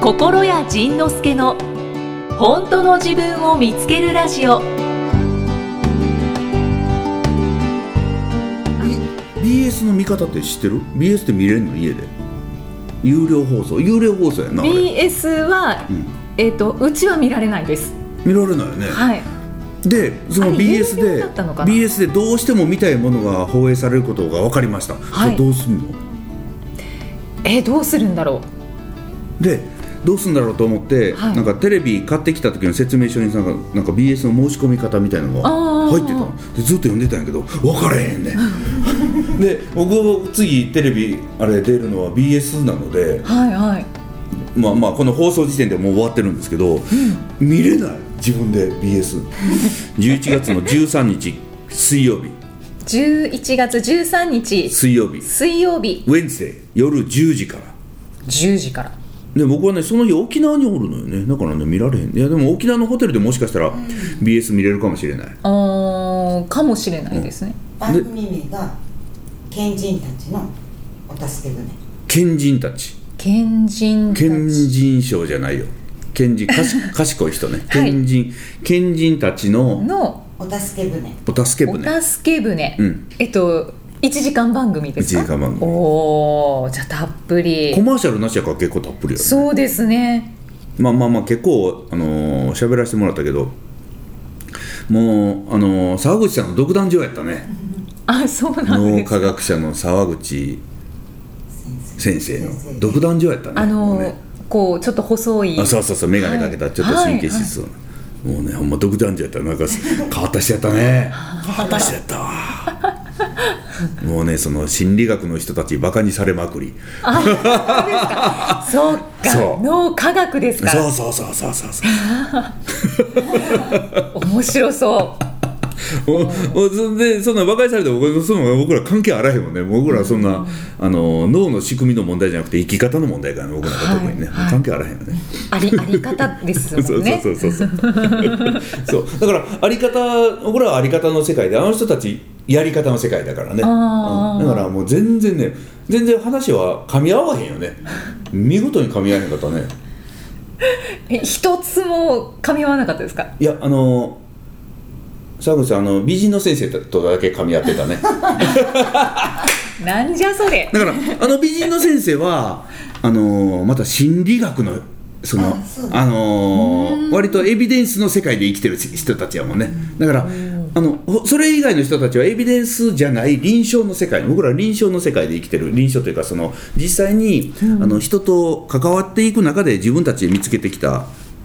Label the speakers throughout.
Speaker 1: 心谷仁之助の本当の自分を見つけるラジオ
Speaker 2: BS の見方って知ってる ?BS って見れるの家で有料放送有料放送やなあれ
Speaker 3: BS は、
Speaker 2: ん
Speaker 3: えっ、とうちは見られないです。
Speaker 2: 見られないよね、
Speaker 3: はい。
Speaker 2: でそ
Speaker 3: あ
Speaker 2: の
Speaker 3: れ
Speaker 2: BS
Speaker 3: 有料
Speaker 2: で
Speaker 3: だったのかな
Speaker 2: BS でどうしても見たいものが放映されることが分かりました、
Speaker 3: はい
Speaker 2: それどうすんの
Speaker 3: えーどうするんだろ
Speaker 2: でどうすんだろうと思って、
Speaker 3: はい
Speaker 2: なんかテレビ買ってきた時の説明書になんかなんか BS の申し込み方みたいなのが
Speaker 3: あー
Speaker 2: 入ってたのでずっと読んでたんやけど分からへん ねんで僕次テレビあれ出るのは BS なので
Speaker 3: う。はいはい。
Speaker 2: まあまあこの放送時点でもう終わってるんですけど、見れない自分で BS11 月の13日水曜日
Speaker 3: 11月13日
Speaker 2: 水曜日
Speaker 3: 水曜日
Speaker 2: ウェンズデー夜10時から
Speaker 3: 10時から。
Speaker 2: で僕はねその日沖縄におるのよねだからね見られへんいやでも沖縄のホテルでもしかしたら BS 見れるかもしれない
Speaker 3: あーかもしれないですね。
Speaker 4: 番組名が「賢人たちのお助け船
Speaker 2: 賢人たち
Speaker 3: 賢人たち。
Speaker 2: 賢人賞じゃないよ賢人かし 賢い人ね
Speaker 3: はい
Speaker 2: 賢人、賢人たちの
Speaker 3: の」
Speaker 4: お助け船
Speaker 2: お助け船
Speaker 3: お助け船。
Speaker 2: うん
Speaker 3: えっと1時間番組ですか。
Speaker 2: 1時間番組
Speaker 3: おおじゃあたっぷり
Speaker 2: コ。マーシャルなしやから結構たっぷりやね
Speaker 3: そうですね。
Speaker 2: まあまあまあ結構あのー喋らせてもらったけどもうあのー沢口さんの独壇場やったね
Speaker 3: あ そうなん
Speaker 2: 脳
Speaker 3: です。
Speaker 2: 科学者の沢口先生の独壇場やったね
Speaker 3: あ
Speaker 2: も
Speaker 3: の
Speaker 2: うね
Speaker 3: こうちょっと細い。
Speaker 2: あそうそうそう眼鏡かけた
Speaker 3: はい
Speaker 2: ちょっと神経質そうな、もうねほんま独壇場やったな んか変わった人やったね変わった人やったわもうねその心理学の人たちバカにされまくり
Speaker 3: そうか
Speaker 2: そう
Speaker 3: 脳科学ですか
Speaker 2: そう
Speaker 3: ら
Speaker 2: そうそうそうそうそう
Speaker 3: 面白そう
Speaker 2: おおそんでそんな馬鹿にされて僕その僕ら関係あらへんもんね僕らそんな、あの脳の仕組みの問題じゃなくて生き方の問題からね僕なんか特にね、
Speaker 3: はいはい
Speaker 2: 関係あらへんよね。
Speaker 3: ありあり方ですも
Speaker 2: そ
Speaker 3: ん
Speaker 2: うそう
Speaker 3: ね
Speaker 2: そうそうそう そうだからあり方僕らはあり方の世界であの人たちやり方の世界だからね、
Speaker 3: あー
Speaker 2: うんだからもう全然ね全然話は噛み合わへんよね見事に噛み合わへんかったね
Speaker 3: え一つも噛み合わなかったですか
Speaker 2: いやあの沢口さんあの美人の先生とだけ噛み合ってたね
Speaker 3: なんじゃそれ
Speaker 2: だからあの美人の先生はあのーまた心理学のその
Speaker 4: あそう
Speaker 2: あのー割とエビデンスの世界で生きてる人たちやもんねだからあのほそれ以外の人たちはエビデンスじゃない臨床の世界僕らは臨床の世界で生きてる臨床というかその実際に、あの人と関わっていく中で自分たちで見つけてきた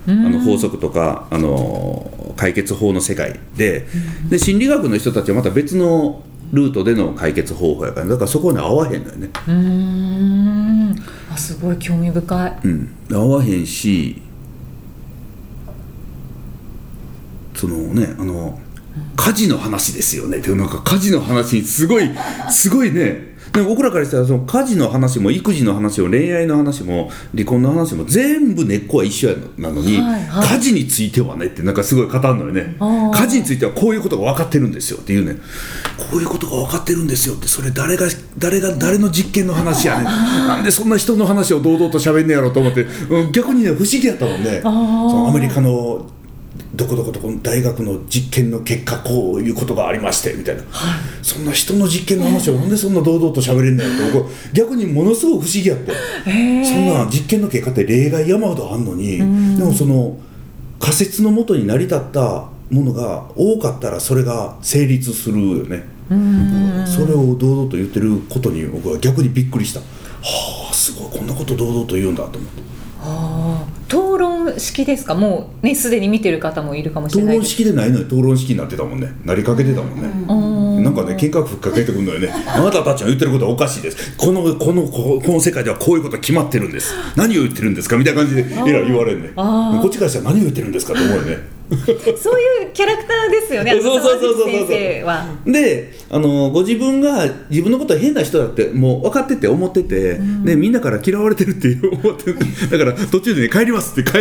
Speaker 2: あの法則とか、あの解決法の世界で,、で心理学の人たちはまた別のルートでの解決方法やからだからそこに合わへんのよね、
Speaker 3: うーんあすごい興味深い
Speaker 2: うん、合わへんしそのねあの火事の話ですよねっていうなんか火事の話にすごいすごいねでも僕らからしたらその家事の話も育児の話も恋愛の話も離婚の話も全部根っこは一緒やのなのに、
Speaker 3: はいはい
Speaker 2: 家事についてはねってなんかすごい語るのよね
Speaker 3: あー
Speaker 2: 家事についてはこういうことが分かってるんですよっていうねこういうことが分かってるんですよってそれ誰が誰が誰の実験の話やねんなんでそんな人の話を堂々と喋んねやろうと思って、うん、逆にね不思議やったもんねそのアメリカのどこどこどこの大学の実験の結果こういうことがありましてみたいな、そんな人の実験の話をなんでそんな堂々と喋れんねやろって僕逆にものすごく不思議 やって。
Speaker 3: へ
Speaker 2: そんな実験の結果って例外山ほどあんのに、でもその仮説のもとに成り立ったものが多かったらそれが成立するよね、それを堂々と言ってることに僕は逆にびっくりしたはあすごいこんなこと堂々と言うんだと思って
Speaker 3: あー討論式ですかもうねすでに見てる方もいるかもしれ
Speaker 2: 討
Speaker 3: ない
Speaker 2: 論
Speaker 3: です
Speaker 2: 式でないのに討論式になってたもんねなりかけてたもんね、なんかね見学ふっかけてくるのよねあなたたちの言ってることはおかしいですこのこのここの世界ではこういうこと決まってるんです何を言ってるんですかみたいな感じでえらい言われるね
Speaker 3: あー
Speaker 2: こっちからしたら何を言ってるんですかと思うよね
Speaker 3: そういうキャラクターですよね
Speaker 2: そうそうそうそうそう
Speaker 3: あの沢口先生は
Speaker 2: であのご自分が自分のことは変な人だってもう分かってて思ってて、でみんなから嫌われてるって思って だから途中で、ね、帰りますって帰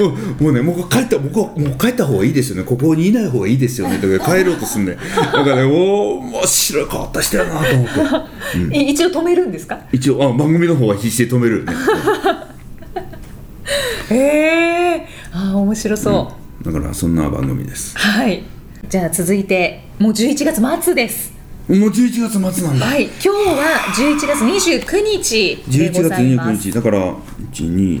Speaker 2: もう もうねもう帰った僕はもう帰った方がいいですよねここにいない方がいいですよねとか帰ろうとすんねだからねおー面白い変わった人やなと思って
Speaker 3: い一応止めるんですか
Speaker 2: 一応あ番組の方は必死で止めるよね
Speaker 3: へえあー面白そう、
Speaker 2: だからそんな番組です
Speaker 3: はいじゃあ続いてもう11月末です
Speaker 2: もう11月末なんだ、
Speaker 3: はい今日は11月29日で
Speaker 2: 11
Speaker 3: ご
Speaker 2: 月
Speaker 3: ざいま
Speaker 2: 29
Speaker 3: す
Speaker 2: 日だから12 3 4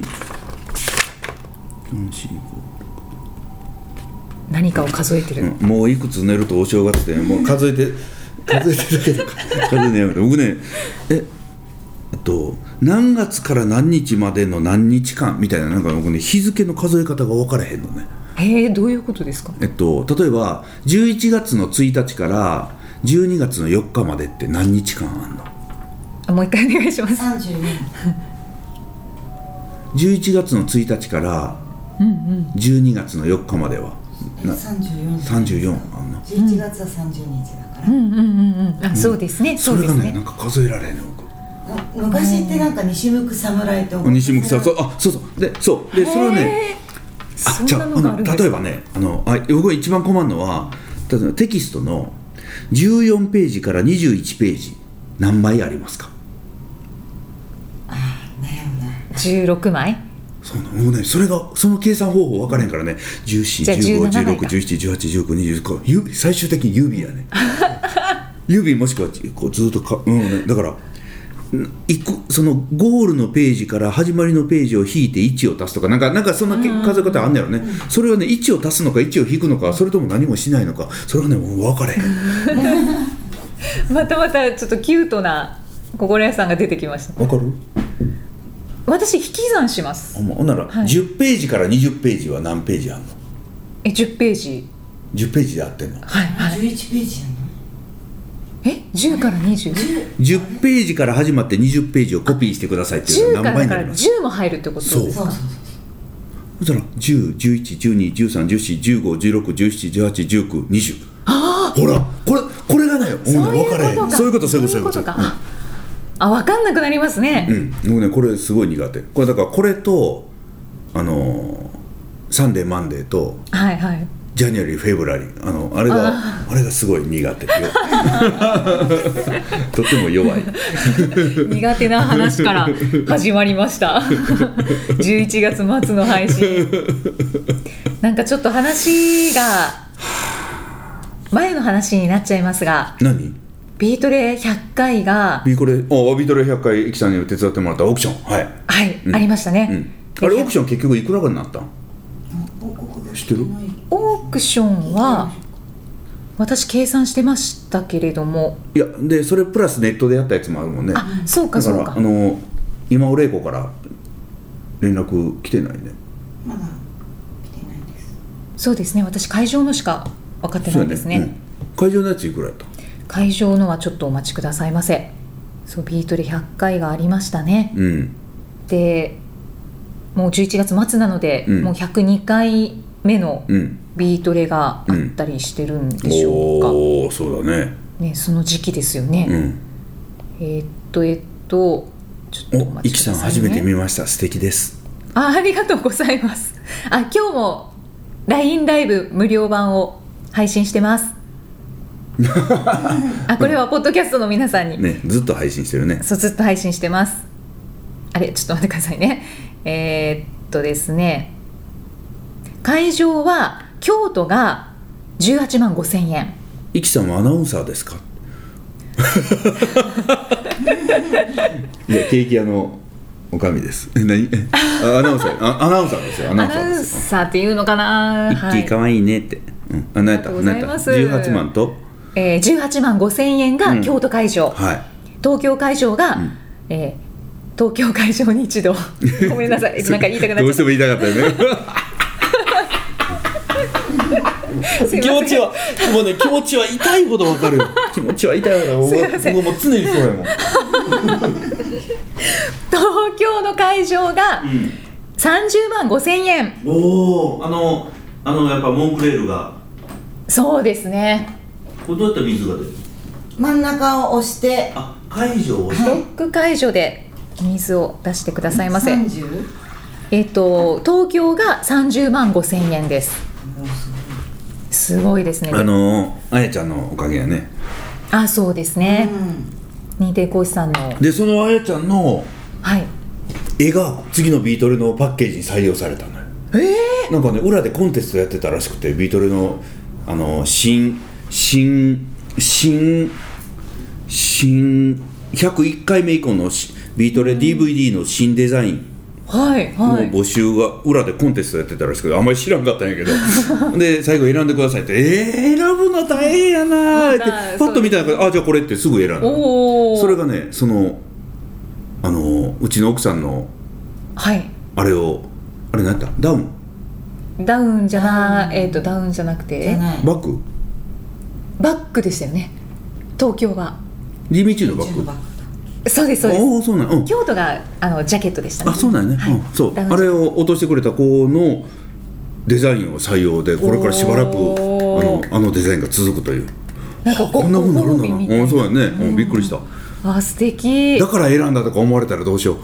Speaker 3: 何かを数えてる、
Speaker 2: 5うんもういくつ寝るとお正月でもう数えて数えてだけで数えてやめて僕ねええっと何月から何日までの何日間みたいななんか僕ね日付の数え方が分からへんのね
Speaker 3: へえどういうことですか
Speaker 2: えっと例えば11月の1日から12月の4日までって何日間あんの
Speaker 3: あもう一回お願いします
Speaker 4: 三十二。
Speaker 2: 11月の1日から12月の4日まではな
Speaker 4: 三十四。
Speaker 2: 34あんな
Speaker 4: 十一月は三十日だから、
Speaker 3: うんうんうんうんあそうですねそ
Speaker 2: そうれ
Speaker 3: で
Speaker 2: が
Speaker 3: す
Speaker 2: ね
Speaker 3: ね
Speaker 2: なんか数えられへんの僕
Speaker 4: む昔ってなんか西向く侍と思って
Speaker 2: 西向さんそうあそうそうでそうでそれはね
Speaker 3: へえ
Speaker 2: あ
Speaker 3: そ
Speaker 2: じ
Speaker 3: ん
Speaker 2: ゃあ
Speaker 3: な
Speaker 2: あ
Speaker 3: のがあ
Speaker 2: の
Speaker 3: るんです
Speaker 2: 例えばねあのあ僕が一番困るのは例えばテキストの14ページから21ページ何枚ありますか
Speaker 4: 悩むな
Speaker 3: 16枚
Speaker 2: そうなのもうねそれがその計算方法分からへんからね
Speaker 3: じゃあ17枚か
Speaker 2: 14151617181920指最終的に指 やね指もしくはこうずっとか、うんね、だからん一個そのゴールのページから始まりのページを引いて1を足すとかなんかなんかそんなけ数え方あんねやろねそれはね1を足すのか1を引くのかそれとも何もしないのかそれはねもう分からへん
Speaker 3: またまたちょっとキュートな心屋さんが出てきました
Speaker 2: 分かる
Speaker 3: 私引き算します
Speaker 2: ほんまほんなら、
Speaker 3: はい
Speaker 2: 10ページから20ページは何ページあんの
Speaker 3: え10ページ
Speaker 2: ?10 ページで合ってんの
Speaker 3: はいはい
Speaker 4: 十一ページやな
Speaker 3: え10から2010
Speaker 2: 10ページから始まって20ページをコピーしてくださいっていうの
Speaker 3: か
Speaker 2: は
Speaker 3: らだ
Speaker 2: 何倍に
Speaker 3: か
Speaker 2: な
Speaker 3: ら
Speaker 2: ります
Speaker 3: 10も入るってことです
Speaker 4: そう
Speaker 3: か
Speaker 4: そうそう
Speaker 2: そしたら10112131414151719120ほらこれこれがだよもうね分からへんそういうことそういうことそういうこと
Speaker 3: かあ分かんなくなります
Speaker 2: う
Speaker 3: ね、
Speaker 2: んもうねこれすごい苦手これだからこれとあのーサンデーマンデーと
Speaker 3: はいはい
Speaker 2: ジャニュアリーフェブラリーあのあれがあれがすごい苦手よとても弱い
Speaker 3: 苦手な話 から始まりました11月末の配信なんかちょっと話が前の話になっちゃいますが
Speaker 2: 何
Speaker 3: ビートレ100回が
Speaker 2: ビーコレあビートレ100回駅さんに手伝ってもらったオークションはい
Speaker 3: はい、
Speaker 2: うん
Speaker 3: ありました
Speaker 2: う
Speaker 3: ね
Speaker 2: ん、、あれオークション結局いくらになったん
Speaker 4: 報告が
Speaker 2: 知ってる
Speaker 4: ない
Speaker 3: オークションは私計算してましたけれども
Speaker 2: いやでそれプラスネットでやったやつもあるもんね
Speaker 3: あそうか
Speaker 2: だか
Speaker 3: そう
Speaker 2: ら
Speaker 3: か
Speaker 2: あの今お礼子から連絡来てないね
Speaker 4: まだ来てないです
Speaker 3: そうですね私会場のしか分かってないんですね
Speaker 2: そうやうん会場のやついくらやった
Speaker 3: 会場のはちょっとお待ちくださいませそうビートル100回がありましたね
Speaker 2: うん
Speaker 3: でもう11月末なので、
Speaker 2: うん
Speaker 3: もう102回目の
Speaker 2: うん
Speaker 3: ビートレがあったりしてるんでしょうか、
Speaker 2: おおそうだね
Speaker 3: ね、その時期ですよね、
Speaker 2: うん
Speaker 3: えーっとえーっとちょっとお
Speaker 2: お
Speaker 3: 待
Speaker 2: い
Speaker 3: ち
Speaker 2: き
Speaker 3: く
Speaker 2: さ
Speaker 3: だ
Speaker 2: ん
Speaker 3: さい、ね、
Speaker 2: 初めて見ました素敵です
Speaker 3: あありがとうございますあ今日も LINE ライブ無料版を配信してます あこれはポッドキャストの皆さんに、
Speaker 2: ねずっと配信してるね
Speaker 3: そうずっと配信してますあれちょっと待ってくださいねえーっとですね会場は京都が18万5千円
Speaker 2: いきさんはアナウンサー ですかいやケーキ屋のおかみですえ何 えあアナウンサーあアナウンサーですよア
Speaker 3: ア
Speaker 2: ナウンサ
Speaker 3: ナ
Speaker 2: ー
Speaker 3: ウ
Speaker 2: で
Speaker 3: ン
Speaker 2: す
Speaker 3: サーっていうのかな、
Speaker 2: 一気かわいいねって、うん、あ何やった
Speaker 3: ありが
Speaker 2: 何
Speaker 3: とうござい
Speaker 2: や
Speaker 3: ま
Speaker 2: っ
Speaker 3: す
Speaker 2: た18万と
Speaker 3: えー、18万5千円が京都会場、
Speaker 2: は
Speaker 3: 東京会場が、
Speaker 2: ん
Speaker 3: えー東京会場に 一度ごめんなさい
Speaker 2: い
Speaker 3: なんか言いたくな
Speaker 2: ど
Speaker 3: っ
Speaker 2: う
Speaker 3: ち
Speaker 2: して
Speaker 3: ゃっ
Speaker 2: も言いたかったよね
Speaker 3: た すいません
Speaker 2: 気持ちはもうね気持ちは痛いほどわかるよ気持ちは痛いほど僕
Speaker 3: すいません
Speaker 2: 僕もう常にそうやもん、
Speaker 3: 東京の会場が30万5千円
Speaker 2: おおあのあのやっぱモンクレールが
Speaker 3: そうですね
Speaker 2: これどうやったら水が出る
Speaker 4: 真ん中を押して
Speaker 2: あ会場を
Speaker 3: ロック解除でお水を出してくださいませ。
Speaker 4: 三十
Speaker 3: えっ、と東京が30万5千円です。すごいですね。
Speaker 2: あのあやちゃんのおかげやね
Speaker 3: あ、そうです
Speaker 4: う
Speaker 3: ね。
Speaker 4: ん
Speaker 3: 認定講師さんの
Speaker 2: でそのあやちゃんの
Speaker 3: はい。
Speaker 2: 絵が次のビートルのパッケージに採用されたのよ
Speaker 3: え
Speaker 2: なんかね裏でコンテストやってたらしくてビートルのあの新新新新101回目以降のしビートル DVD の新デザイン
Speaker 3: ー、はい
Speaker 2: の
Speaker 3: はい
Speaker 2: 募集が裏でコンテストやってたらしくてあんまり知らんかったんやけど で最後選んでくださいって「えー、選ぶの大変やな」って
Speaker 3: まだ
Speaker 2: パッと見たら「あじゃあこれ」ってすぐ選んだ
Speaker 3: おお
Speaker 2: それがねそのあのうちの奥さんの
Speaker 3: はい
Speaker 2: あれをあれ何やったダウン
Speaker 3: ダウンじゃな
Speaker 4: ダウン
Speaker 3: えっ、とダウンじゃなく
Speaker 4: じゃ
Speaker 3: て
Speaker 4: ない
Speaker 2: バッグ
Speaker 3: バックでしたよね東京が
Speaker 2: リミチューのバッ
Speaker 4: 中
Speaker 2: グ
Speaker 4: のバッグ
Speaker 3: そうですそうです
Speaker 2: ああそうなんうん
Speaker 3: 京都があのジャケットでしたね
Speaker 2: あそうなんやね、
Speaker 3: はい
Speaker 2: うん、そう
Speaker 3: ダウン
Speaker 2: あれを落としてくれた子のデザインを採用でこれからしばらくあの
Speaker 3: おー
Speaker 2: あのデザインが続くという
Speaker 3: なんかご
Speaker 2: こんなふうになるんだ
Speaker 3: ご褒美みたい
Speaker 2: なうんそうやね、うん、びっくりした
Speaker 3: あ素敵
Speaker 2: だから選んだとか思われたらどうしよう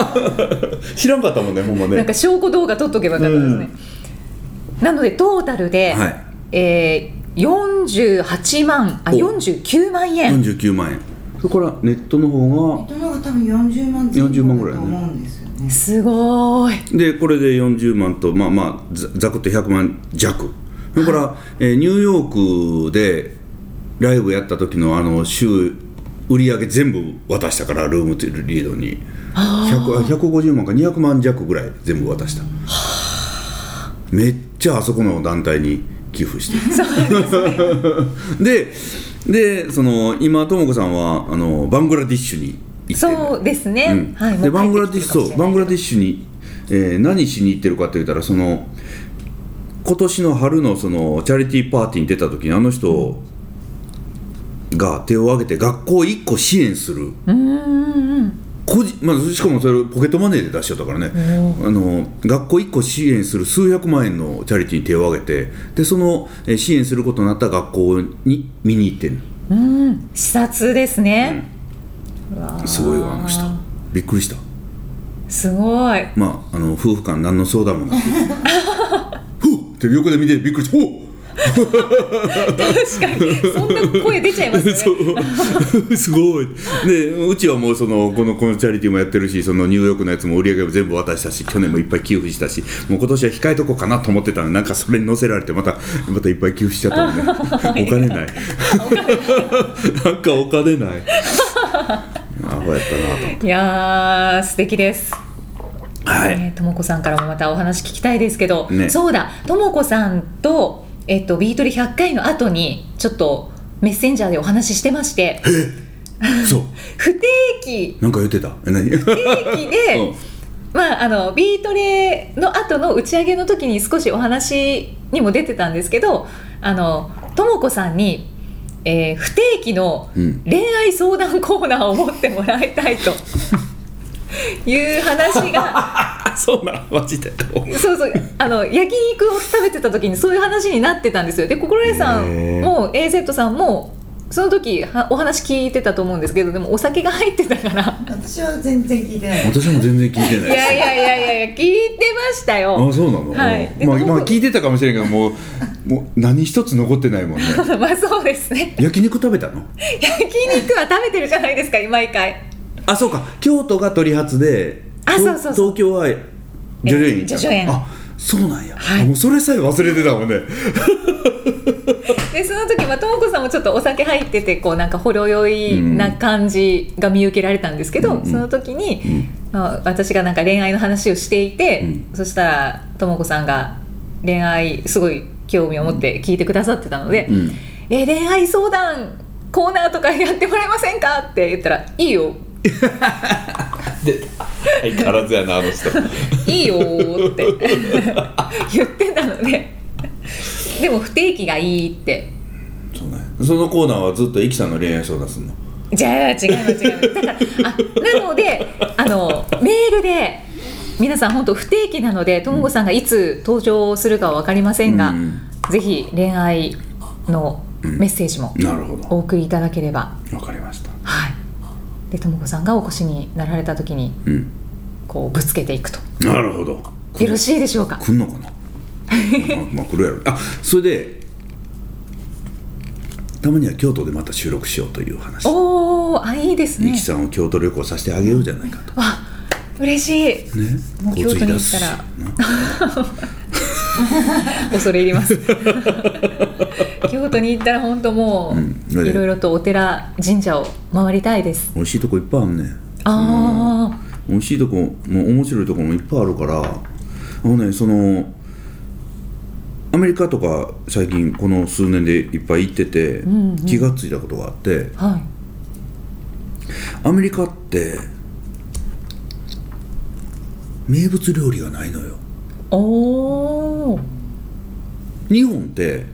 Speaker 2: 知らんかったもんねほんまね
Speaker 3: なんか証拠動画撮っとけばよかったですね、なのでトータルで、
Speaker 2: はい
Speaker 3: えー、48万あ
Speaker 2: お
Speaker 3: 49万円
Speaker 2: 49万円それからネットの方が
Speaker 4: 大人が多分40万前
Speaker 2: 40万ぐ
Speaker 4: 後
Speaker 2: ら
Speaker 4: だ
Speaker 2: い
Speaker 4: と
Speaker 2: ね
Speaker 4: 思うんですよね
Speaker 3: すごーい
Speaker 2: でこれで40万とまあまあざざくっと100万弱それから、えーニューヨークでライブやった時のあの週売り上げ全部渡したからルームというリードに100あ150万か200万弱ぐらい全部渡しためっちゃあそこの団体に寄付してで でその今とも子さんはあのバングラディッシュに行ってる
Speaker 3: そうですね、
Speaker 2: うん
Speaker 3: はいも
Speaker 2: で
Speaker 3: う帰
Speaker 2: バングラ
Speaker 3: っ
Speaker 2: デ
Speaker 3: て
Speaker 2: ィッ
Speaker 3: き
Speaker 2: シ
Speaker 3: て
Speaker 2: ュ
Speaker 3: るかもしれない
Speaker 2: そうバングラディッシュに、えー何しに行ってるかと言ったらその今年の春のそのチャリティーパーティーに出た時にあの人が手を挙げて学校1個支援する
Speaker 3: うーん
Speaker 2: 個人まあ、しかもそれをポケットマネーで出しちゃったからねあの学校1個支援する数百万円のチャリティーに手を挙げてでその、えー支援することになった学校に見に行ってる
Speaker 3: うんうんうん視察ですね、うわー
Speaker 2: すごいよあの人びっくりした。
Speaker 3: すごい
Speaker 2: まあ、あの夫婦間何の相談もなく ふうって横で見てびっ くりしたおう
Speaker 3: 確かにそんな声出ちゃいます
Speaker 2: そ
Speaker 3: よね
Speaker 2: う すごいでうちはもうそのこのこのチャリティーもやってるしそのニューヨークのやつも売り上げも全部渡したし去年もいっぱい寄付したしもう今年は控えとこうかなと思ってたのになんかそれに乗せられてまたまたいっぱい寄付しちゃったの ねお金ないなんかお金ないアホやったなと思って
Speaker 3: いやー素敵です
Speaker 2: はい、
Speaker 3: ねともこさんからもまたお話聞きたいですけど、
Speaker 2: ね
Speaker 3: そうだともこさんと、えっと、ビートル100回の後にちょっとメッセンジャーでお話ししてまして
Speaker 2: そう
Speaker 3: 不定期
Speaker 2: なんか言ってたえ何
Speaker 3: 不定期で、
Speaker 2: うん
Speaker 3: まあ、あのビートレの後の打ち上げの時に少しお話にも出てたんですけどあのともこさんに、えー不定期の
Speaker 2: うん
Speaker 3: 恋愛相談コーナーを持ってもらいたいという話が。
Speaker 2: あそうなマジで
Speaker 3: そうそうあの焼肉を食べてた時にそういう話になってたんですよで心得さんも AZ さんもその時はお話聞いてたと思うんですけどでもお酒が入ってた から
Speaker 4: 私は全然聞いてない
Speaker 2: 私も全然聞いてないです
Speaker 3: いやいやいやいやいや聞いてましたよ
Speaker 2: あそうなの、
Speaker 3: はい
Speaker 2: うんまあ、
Speaker 3: で
Speaker 2: まあ聞いてたかもしれんけどもうもう何一つ残ってないもんね
Speaker 3: まあそうですね
Speaker 2: 焼肉食べたの
Speaker 3: 焼肉は食べてるじゃないですか毎回
Speaker 2: あそうか京都が鳥発で
Speaker 3: あ
Speaker 2: と
Speaker 3: そうそうそう
Speaker 2: 東京は叙々苑行った
Speaker 3: え叙々苑
Speaker 2: あそうなんや、
Speaker 3: はい
Speaker 2: あもうそれさえ忘れてたもんね
Speaker 3: でその時はともこさんもちょっとお酒入っててこうなんかほろ酔いな感じが見受けられたんですけど、
Speaker 2: うんうん
Speaker 3: その時に、
Speaker 2: ん
Speaker 3: まあ、私がなんか恋愛の話をしていて、
Speaker 2: う
Speaker 3: そしたらともこさんが恋愛すごい興味を持って聞いてくださってたので「
Speaker 2: うん
Speaker 3: え恋愛相談コーナーとかやってもらえませんか?」って言ったら「いいよ
Speaker 2: で相変わらずやなあの人
Speaker 3: いいよ」って 言ってたのででも不定期がいいって。
Speaker 2: そうなんやそのコーナーはずっとイキさんの恋愛相談するの
Speaker 3: じゃあ違います違いますだからあなのであのメールで皆さん本当不定期なのでともこさんがいつ登場するかは分かりませんが、
Speaker 2: うん
Speaker 3: ぜひ恋愛のメッセージも
Speaker 2: なるほ
Speaker 3: お
Speaker 2: ど
Speaker 3: 送りいただければ、
Speaker 2: わかりました
Speaker 3: はいでともこさんがお越しになられた時に
Speaker 2: うん
Speaker 3: こうぶつけていくと
Speaker 2: なるほど
Speaker 3: よろしいでしょうか
Speaker 2: 来んの かなまあまあ来るやろあそれでたまには京都でまた収録しようという話
Speaker 3: おおあいいです
Speaker 2: ゆ
Speaker 3: ね
Speaker 2: きさんを京都旅行させてあげようじゃないかと
Speaker 3: わ嬉しい、
Speaker 2: ね
Speaker 3: もう京都に行ったら恐れ入ります 京都に行ったら本当もう、
Speaker 2: うん
Speaker 3: いろいろとお寺神社を回りたいです
Speaker 2: 美味しいとこいっぱいあんねん
Speaker 3: ああ
Speaker 2: 美味しいとこも面白いとこもいっぱいあるからあのねそのアメリカとか最近この数年でいっぱい行ってて、
Speaker 3: んうん
Speaker 2: 気がついたことがあって
Speaker 3: はい
Speaker 2: アメリカって名物料理がないのよ
Speaker 3: おお
Speaker 2: 日本って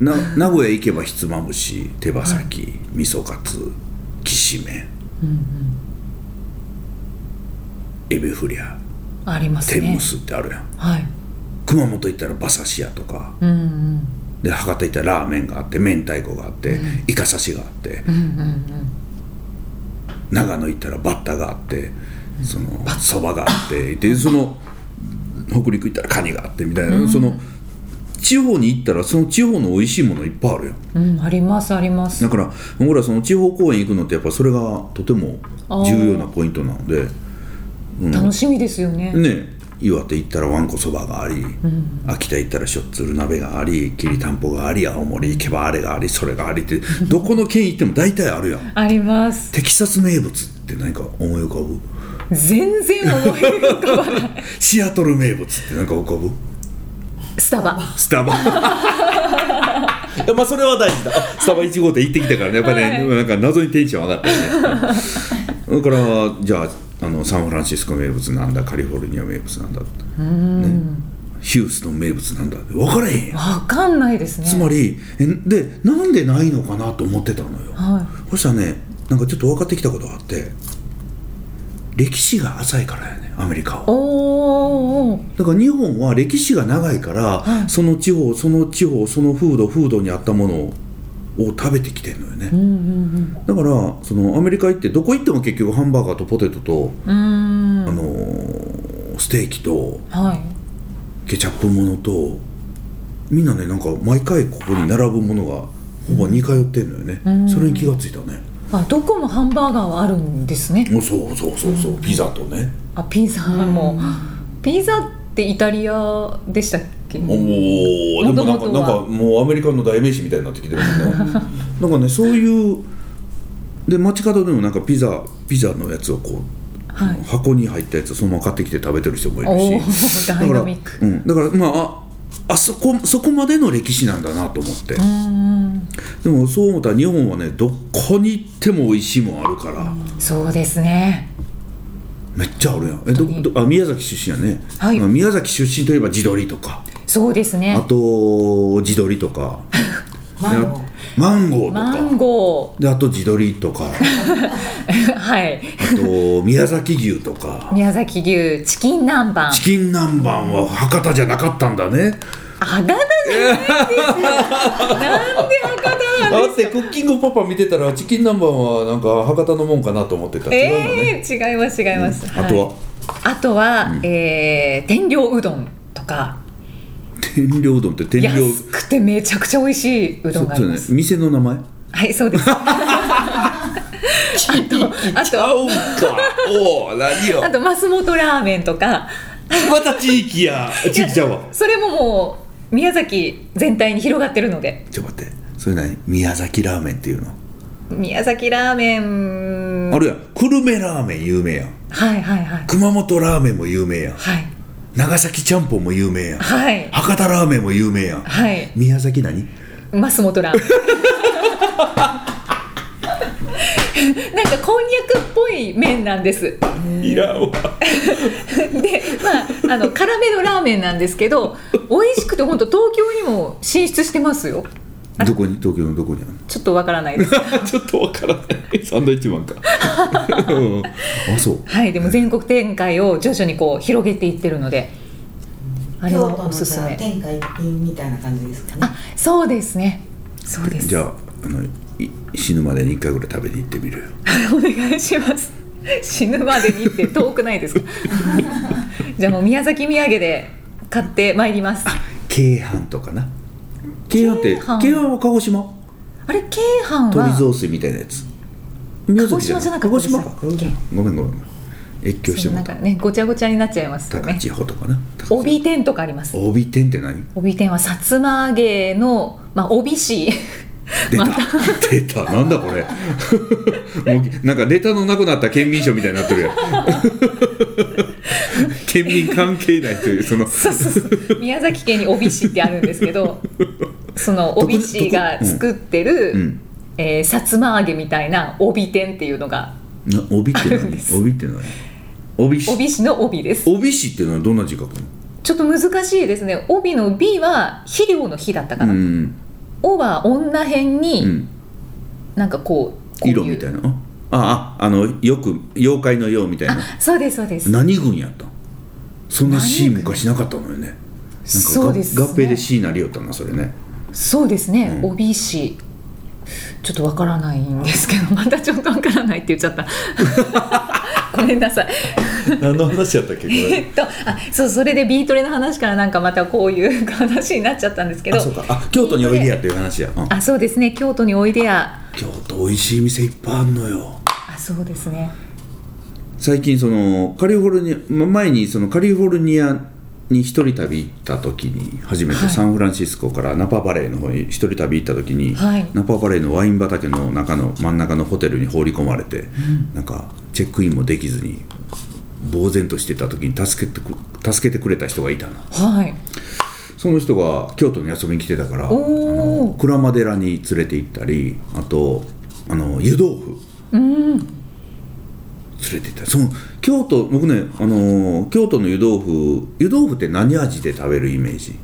Speaker 2: な名古屋行けばひつまぶし手羽先、味噌カツきしめん、エビフリャ
Speaker 3: あります
Speaker 2: 天
Speaker 3: ね
Speaker 2: むすってあるやん、
Speaker 3: はい
Speaker 2: 熊本行ったら馬刺し屋とか
Speaker 3: うんうん
Speaker 2: で博多行ったらラーメンがあって明太子があって、イカ刺しがあって、長野行ったらバッタがあってそのそばがあってでその北陸行ったらカニがあってみたいな、その地方に行ったらその地方の美味しいものいっぱいあるやん
Speaker 3: うん、ありますあります
Speaker 2: だから僕らその地方公演行くのってやっぱそれがとても重要なポイントなので
Speaker 3: 楽しみですよね
Speaker 2: ね岩手行ったらわんこそばがあり、秋田行ったらしょっつる鍋がありきりたんぽがあり青森行けばあれがありそれがありってどこの県行っても大体あるやん
Speaker 3: あります
Speaker 2: テキサス名物って何か思い浮かぶ
Speaker 3: 全然思い浮かばない
Speaker 2: シアトル名物って何か浮かぶ
Speaker 3: スタバ
Speaker 2: スタバいやまあそれは大事だスタバ1号店行ってきたからねやっぱね、
Speaker 3: はい
Speaker 2: なんか謎にテンション上がったねだからじゃああのサンフランシスコ名物なんだカリフォルニア名物なんだねヒューストン名物なんだって分からへんやん
Speaker 3: わかんないですね
Speaker 2: つまりえでなんでないのかなと思ってたのよ、
Speaker 3: は
Speaker 2: そしたらねなんかちょっと分かってきたことがあって歴史が浅いからやねアメリカは
Speaker 3: おー
Speaker 2: だから日本は歴史が長いから、その地方その地方その風土風土にあったものを食べてきてるのよね、だからそのアメリカ行ってどこ行っても結局ハンバーガーとポテトと、
Speaker 3: うーん
Speaker 2: あのーステーキと
Speaker 3: はい
Speaker 2: ケチャップものとみんなねなんか毎回ここに並ぶものがほぼ似通ってんのよね、それに気がついたね
Speaker 3: あどこもハンバーガーはあるんですね
Speaker 2: おそうそうそうそうピザとね
Speaker 3: あピザもピザってイタリアでしたっけ
Speaker 2: おおでもなんか
Speaker 3: 元々
Speaker 2: なん
Speaker 3: は
Speaker 2: かもうアメリカの代名詞みたいになってきてるもんね なんかねそういうで街角でもなんかピザピザのやつをこう、
Speaker 3: はい
Speaker 2: 箱に入ったやつをそのまま買ってきて食べてる人もい
Speaker 3: お
Speaker 2: るし
Speaker 3: ー ダイナミック
Speaker 2: だから,、うん、だからまあああそこそこまでの歴史なんだなと思ってでもそう思ったら日本はねどこに行っても美味しいもんあるから、
Speaker 3: そうですね
Speaker 2: めっちゃあるやんえど
Speaker 3: 本当に
Speaker 2: どあ宮崎出身やね、
Speaker 3: はい
Speaker 2: まあ宮崎出身といえば地鶏とか
Speaker 3: そうです
Speaker 2: あ
Speaker 3: ね
Speaker 2: と地鶏とか
Speaker 4: マンゴー
Speaker 2: マンゴーとか
Speaker 3: マンゴ
Speaker 2: であと地鶏とか
Speaker 3: ー はい
Speaker 2: あと宮崎牛と か
Speaker 3: 宮崎牛チキン南蛮
Speaker 2: チキン南蛮は博多じゃなかったんだ ね
Speaker 3: あだ名じゃないんですよなんで博多なん
Speaker 2: だってクッキングパパ見てたらチキン南蛮はなんか博多のもんかなと思ってた違うの
Speaker 3: え
Speaker 2: ね、
Speaker 3: ー、違います違います、、
Speaker 2: あとはい
Speaker 3: あとは、えー天領うどんとか
Speaker 2: 天領うどんって天領
Speaker 3: 安くてめちゃくちゃ美味しいうどんがあります、
Speaker 2: そうね店の名前
Speaker 3: はいそう ですあとあと
Speaker 2: うかおお何よ
Speaker 3: あとマスモトラーメンとか
Speaker 2: また地 域や地域ちゃうわ
Speaker 3: それももう宮崎全体に広がってるので
Speaker 2: ちょっと待ってそれ何宮崎ラーメンっていうの、
Speaker 3: 宮崎ラーメン
Speaker 2: あるやん久留米ラーメン有名やん
Speaker 3: はいはいはい
Speaker 2: 熊本ラーメンも有名やん
Speaker 3: はい
Speaker 2: 長崎ちゃんぽんも有名やん
Speaker 3: はい
Speaker 2: 博多ラーメンも有名やん
Speaker 3: はい
Speaker 2: 宮崎何
Speaker 3: マスモトラーメン なんかこんにゃくっぽい麺なんです
Speaker 2: いらんわ
Speaker 3: でまああの辛めのラーメンなんですけど美味しくて本当東京にも進出してますよ
Speaker 2: どこに東京のどこにある
Speaker 3: ちょっとわからないです
Speaker 2: の ちょっとわからないサンドイッチマンかあ そう
Speaker 3: はいでも全国展開を徐々にこう広げていってるのであれ
Speaker 4: 京都
Speaker 3: は
Speaker 4: の
Speaker 3: おすす
Speaker 4: じゃあ
Speaker 3: め
Speaker 4: 天下一品みたいな感じですかね
Speaker 3: あそうですねそうです
Speaker 2: じゃああのい死ぬまでに一回ぐらい食べに行ってみるよ
Speaker 3: お願いします 死ぬまでにって遠くないですか じゃあもう宮崎土産で買ってまいります
Speaker 2: 京阪とかな京阪って京
Speaker 3: 京阪
Speaker 2: 阪は鹿児島
Speaker 3: あれ京阪
Speaker 2: 鳥
Speaker 3: は
Speaker 2: 雑炊みたいなやつ宮
Speaker 3: 鹿児島じゃなかったで
Speaker 2: 鹿児
Speaker 3: す
Speaker 2: 島かごめんごめん越境して
Speaker 3: そう
Speaker 2: も
Speaker 3: な
Speaker 2: ら
Speaker 3: ん
Speaker 2: っ
Speaker 3: か
Speaker 2: た
Speaker 3: ねごちゃごちゃになっちゃいますよ
Speaker 2: 高
Speaker 3: ね
Speaker 2: 千穂とかな高千
Speaker 3: 帯天とかあります
Speaker 2: 穂帯天って何
Speaker 3: 帯天はさつま揚げの、まあ、帯市
Speaker 2: 出た、 出たなんだこれもうなんかネタのなくなった県民賞みたいになってるやん 県民関係ないというその
Speaker 3: そうそうそう宮崎県に帯市ってあるんですけ どその帯市が作ってる、
Speaker 2: うん
Speaker 3: えーさつま揚げみたいな帯天っていうのが
Speaker 2: な帯って
Speaker 3: あるんで
Speaker 2: 何
Speaker 3: す
Speaker 2: 帯って何帯し
Speaker 3: 帯市の帯です
Speaker 2: 帯市っていうのはどんな字書くの
Speaker 3: ちょっと難しいですね帯の B は肥料の「肥」だったか
Speaker 2: う
Speaker 3: な、
Speaker 2: ん、
Speaker 3: おは女編に、
Speaker 2: うん、
Speaker 3: なんかこうこういう
Speaker 2: 色みたいなあああのよく妖怪のようみたいな
Speaker 3: そうですそうです
Speaker 2: 何軍やったんそんな C
Speaker 3: 何軍
Speaker 2: 昔なかったのよねなんか
Speaker 3: そうですね
Speaker 2: 合合併で C になりよったなそれね
Speaker 3: そうですね、
Speaker 2: うん
Speaker 3: 帯市ちょっとわからないんですけどまたちょっとわからないって言っちゃ ったごめんなさい
Speaker 2: 何の話やったっけこ
Speaker 3: えっとあそうそれでビートレの話からなんかまたこういう 話になっちゃったんですけど
Speaker 2: あそうかあ京都においでやっていう話や、うん
Speaker 3: あそうですね京都においでや
Speaker 2: 京都美味しい店いっぱいあんのよ
Speaker 3: あそうですね
Speaker 2: 最近そのカリフォルニアま前にそのカリフォルニアに一人旅行った時に初め
Speaker 3: は
Speaker 2: て
Speaker 3: い
Speaker 2: サンフランシスコからナパバレーの方に一人旅行った時に、
Speaker 3: はい
Speaker 2: ナパバレーのワイン畑の中の真ん中のホテルに放り込まれて、なんかチェックインもできずに呆然としてた時に助けてく助けてくれた人がいたな
Speaker 3: はい
Speaker 2: その人が京都に遊びに来てたからあ
Speaker 3: おー
Speaker 2: の鞍馬寺に連れて行ったりあとあの湯豆腐連れて行ったりその京都僕ね、あのー京都の湯豆腐湯豆腐って何味で食べるイメージ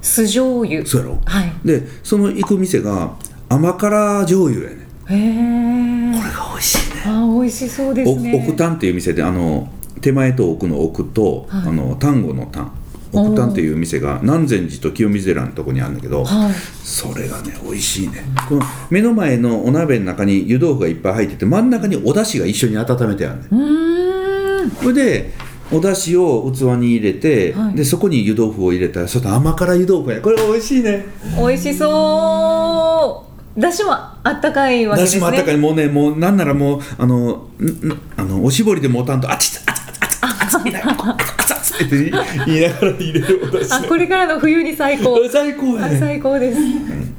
Speaker 3: 酢醤油
Speaker 2: そうやろ
Speaker 3: はい
Speaker 2: でその行く店が甘辛醤油やね
Speaker 3: へえ
Speaker 2: これが美味しいね
Speaker 3: あ美味しそうですね
Speaker 2: お奥丹っていう店であの手前と奥の奥と、
Speaker 3: はい
Speaker 2: あの丹後の丹奥丹っていう店が南禅寺と清水寺のとこにあるんだけど、
Speaker 3: はい
Speaker 2: それがね美味しいねこの目の前のお鍋の中に湯豆腐がいっぱい入ってて真ん中にお出汁が一緒に温めてあるね
Speaker 3: うーん
Speaker 2: それでお出汁を器に入れて、
Speaker 3: はい
Speaker 2: でそこに湯豆腐を入れたらちょっと甘辛湯豆腐やこれ美味しいね
Speaker 3: 美味しそうだしもあったかいわけ
Speaker 2: 出
Speaker 3: ですね
Speaker 2: 汁もあったかいもうねもうなんならもうあのんんあのおしぼりで持たんとあちっあちっあちっあちっみたいなあちっあちっあちっって言いながら入れるお出
Speaker 3: あ
Speaker 2: 汁
Speaker 3: これからの冬に最高
Speaker 2: 最高や
Speaker 3: あ
Speaker 2: ね
Speaker 3: 最高です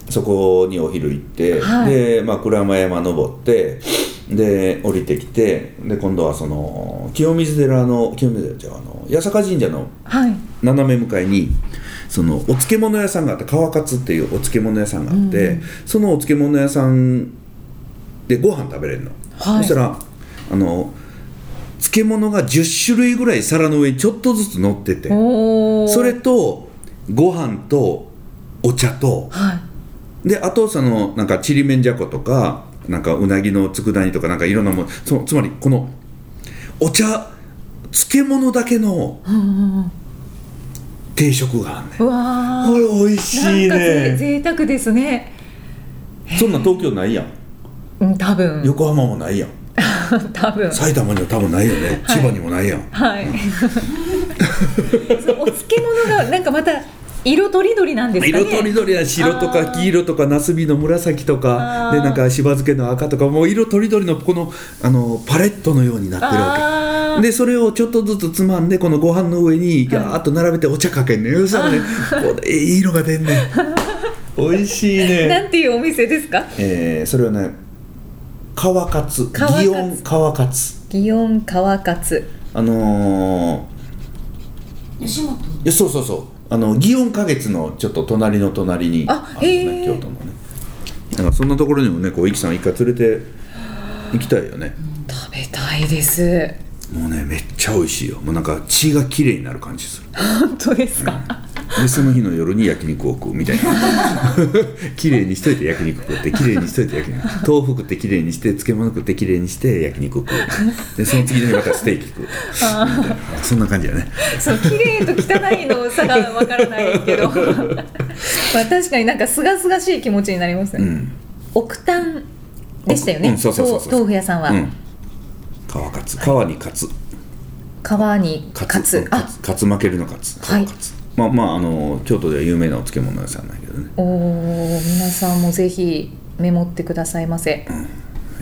Speaker 2: そこにお昼行って、
Speaker 3: はい
Speaker 2: で、まあ、鞍馬山登ってで降りてきてで今度はその清水寺の清水寺じゃあの八坂神社の
Speaker 3: はい
Speaker 2: 斜め向かいにそのお漬物屋さんがあって川勝っていうお漬物屋さんがあって、
Speaker 3: うん
Speaker 2: そのお漬物屋さんでご飯食べれるの、
Speaker 3: はい
Speaker 2: そしたらあの漬物が10種類ぐらい皿の上にちょっとずつ乗ってて
Speaker 3: おお
Speaker 2: それとご飯とお茶と
Speaker 3: はい
Speaker 2: であとそのなんかちりめんじゃことかなんかうなぎの佃煮とかなんかいろんなものそのつまりこのお茶漬物だけの
Speaker 3: うんうんうん
Speaker 2: 定食があんねん
Speaker 3: うわ
Speaker 2: こ
Speaker 3: ー
Speaker 2: れ美味しい
Speaker 3: なんかぜ
Speaker 2: ね
Speaker 3: 贅沢ですね
Speaker 2: そんなん東京ないやん
Speaker 3: うん多分
Speaker 2: 横浜もないやん
Speaker 3: 多分
Speaker 2: 埼玉には多分ないよね、千葉にもないやん
Speaker 3: はいそうお漬物がなんかまた色とりどりなんですかね
Speaker 2: 色とりどりや白と
Speaker 3: あ
Speaker 2: か
Speaker 3: ー
Speaker 2: 黄色とかナスビの紫とか
Speaker 3: あー
Speaker 2: でなんかしば漬けの赤とかもう色とりどりのこのあのパレットのようになってるわけ
Speaker 3: あー
Speaker 2: でそれをちょっとずつつまんでこのご飯の上にガーッと並べてお茶かけんねよさねこれいい色が出んねん 美味しい
Speaker 3: なんていうお店ですか
Speaker 2: えーそれはね川勝
Speaker 3: 川勝
Speaker 2: 祇園川勝
Speaker 3: 祇園川勝
Speaker 2: あの
Speaker 4: 吉
Speaker 2: ー
Speaker 4: 本
Speaker 2: いやそうそうそうあの祇園花月のちょっと隣の隣に
Speaker 3: あ
Speaker 2: るね
Speaker 3: へー
Speaker 2: 京都のねなんかそんなところにもねこうイキさん一回連れて行きたいよね
Speaker 3: 食べたいです
Speaker 2: もうねめっちゃ美味しいよもうなんか血が綺麗になる感じする
Speaker 3: 本当ですか、
Speaker 2: でその日の夜に焼肉を食うみたいな 綺麗にしといて焼肉食って綺麗にしといて焼肉食う豆腐食って綺麗にして漬物食って綺麗にして焼肉食うでその次の日またステーキ食うみたいなそんな感じやね
Speaker 3: そう綺麗と汚いの差がわからないけ どまあ確かになんか清々しい気持ちになります
Speaker 2: う
Speaker 3: ね、
Speaker 2: ん
Speaker 3: 奥丹でしたよね、
Speaker 2: うんそうそうそうそう
Speaker 3: と豆腐屋さんは、
Speaker 2: うん川勝川に勝つ
Speaker 3: 川にカ
Speaker 2: 勝つ
Speaker 3: ツ
Speaker 2: うん
Speaker 3: あ
Speaker 2: 勝つ勝つ負けるの勝つ川
Speaker 3: はい
Speaker 2: 勝つまあまああの京都では有名なお漬物屋さんなんやけどね
Speaker 3: おー皆さんもぜひメモってくださいませ、
Speaker 2: め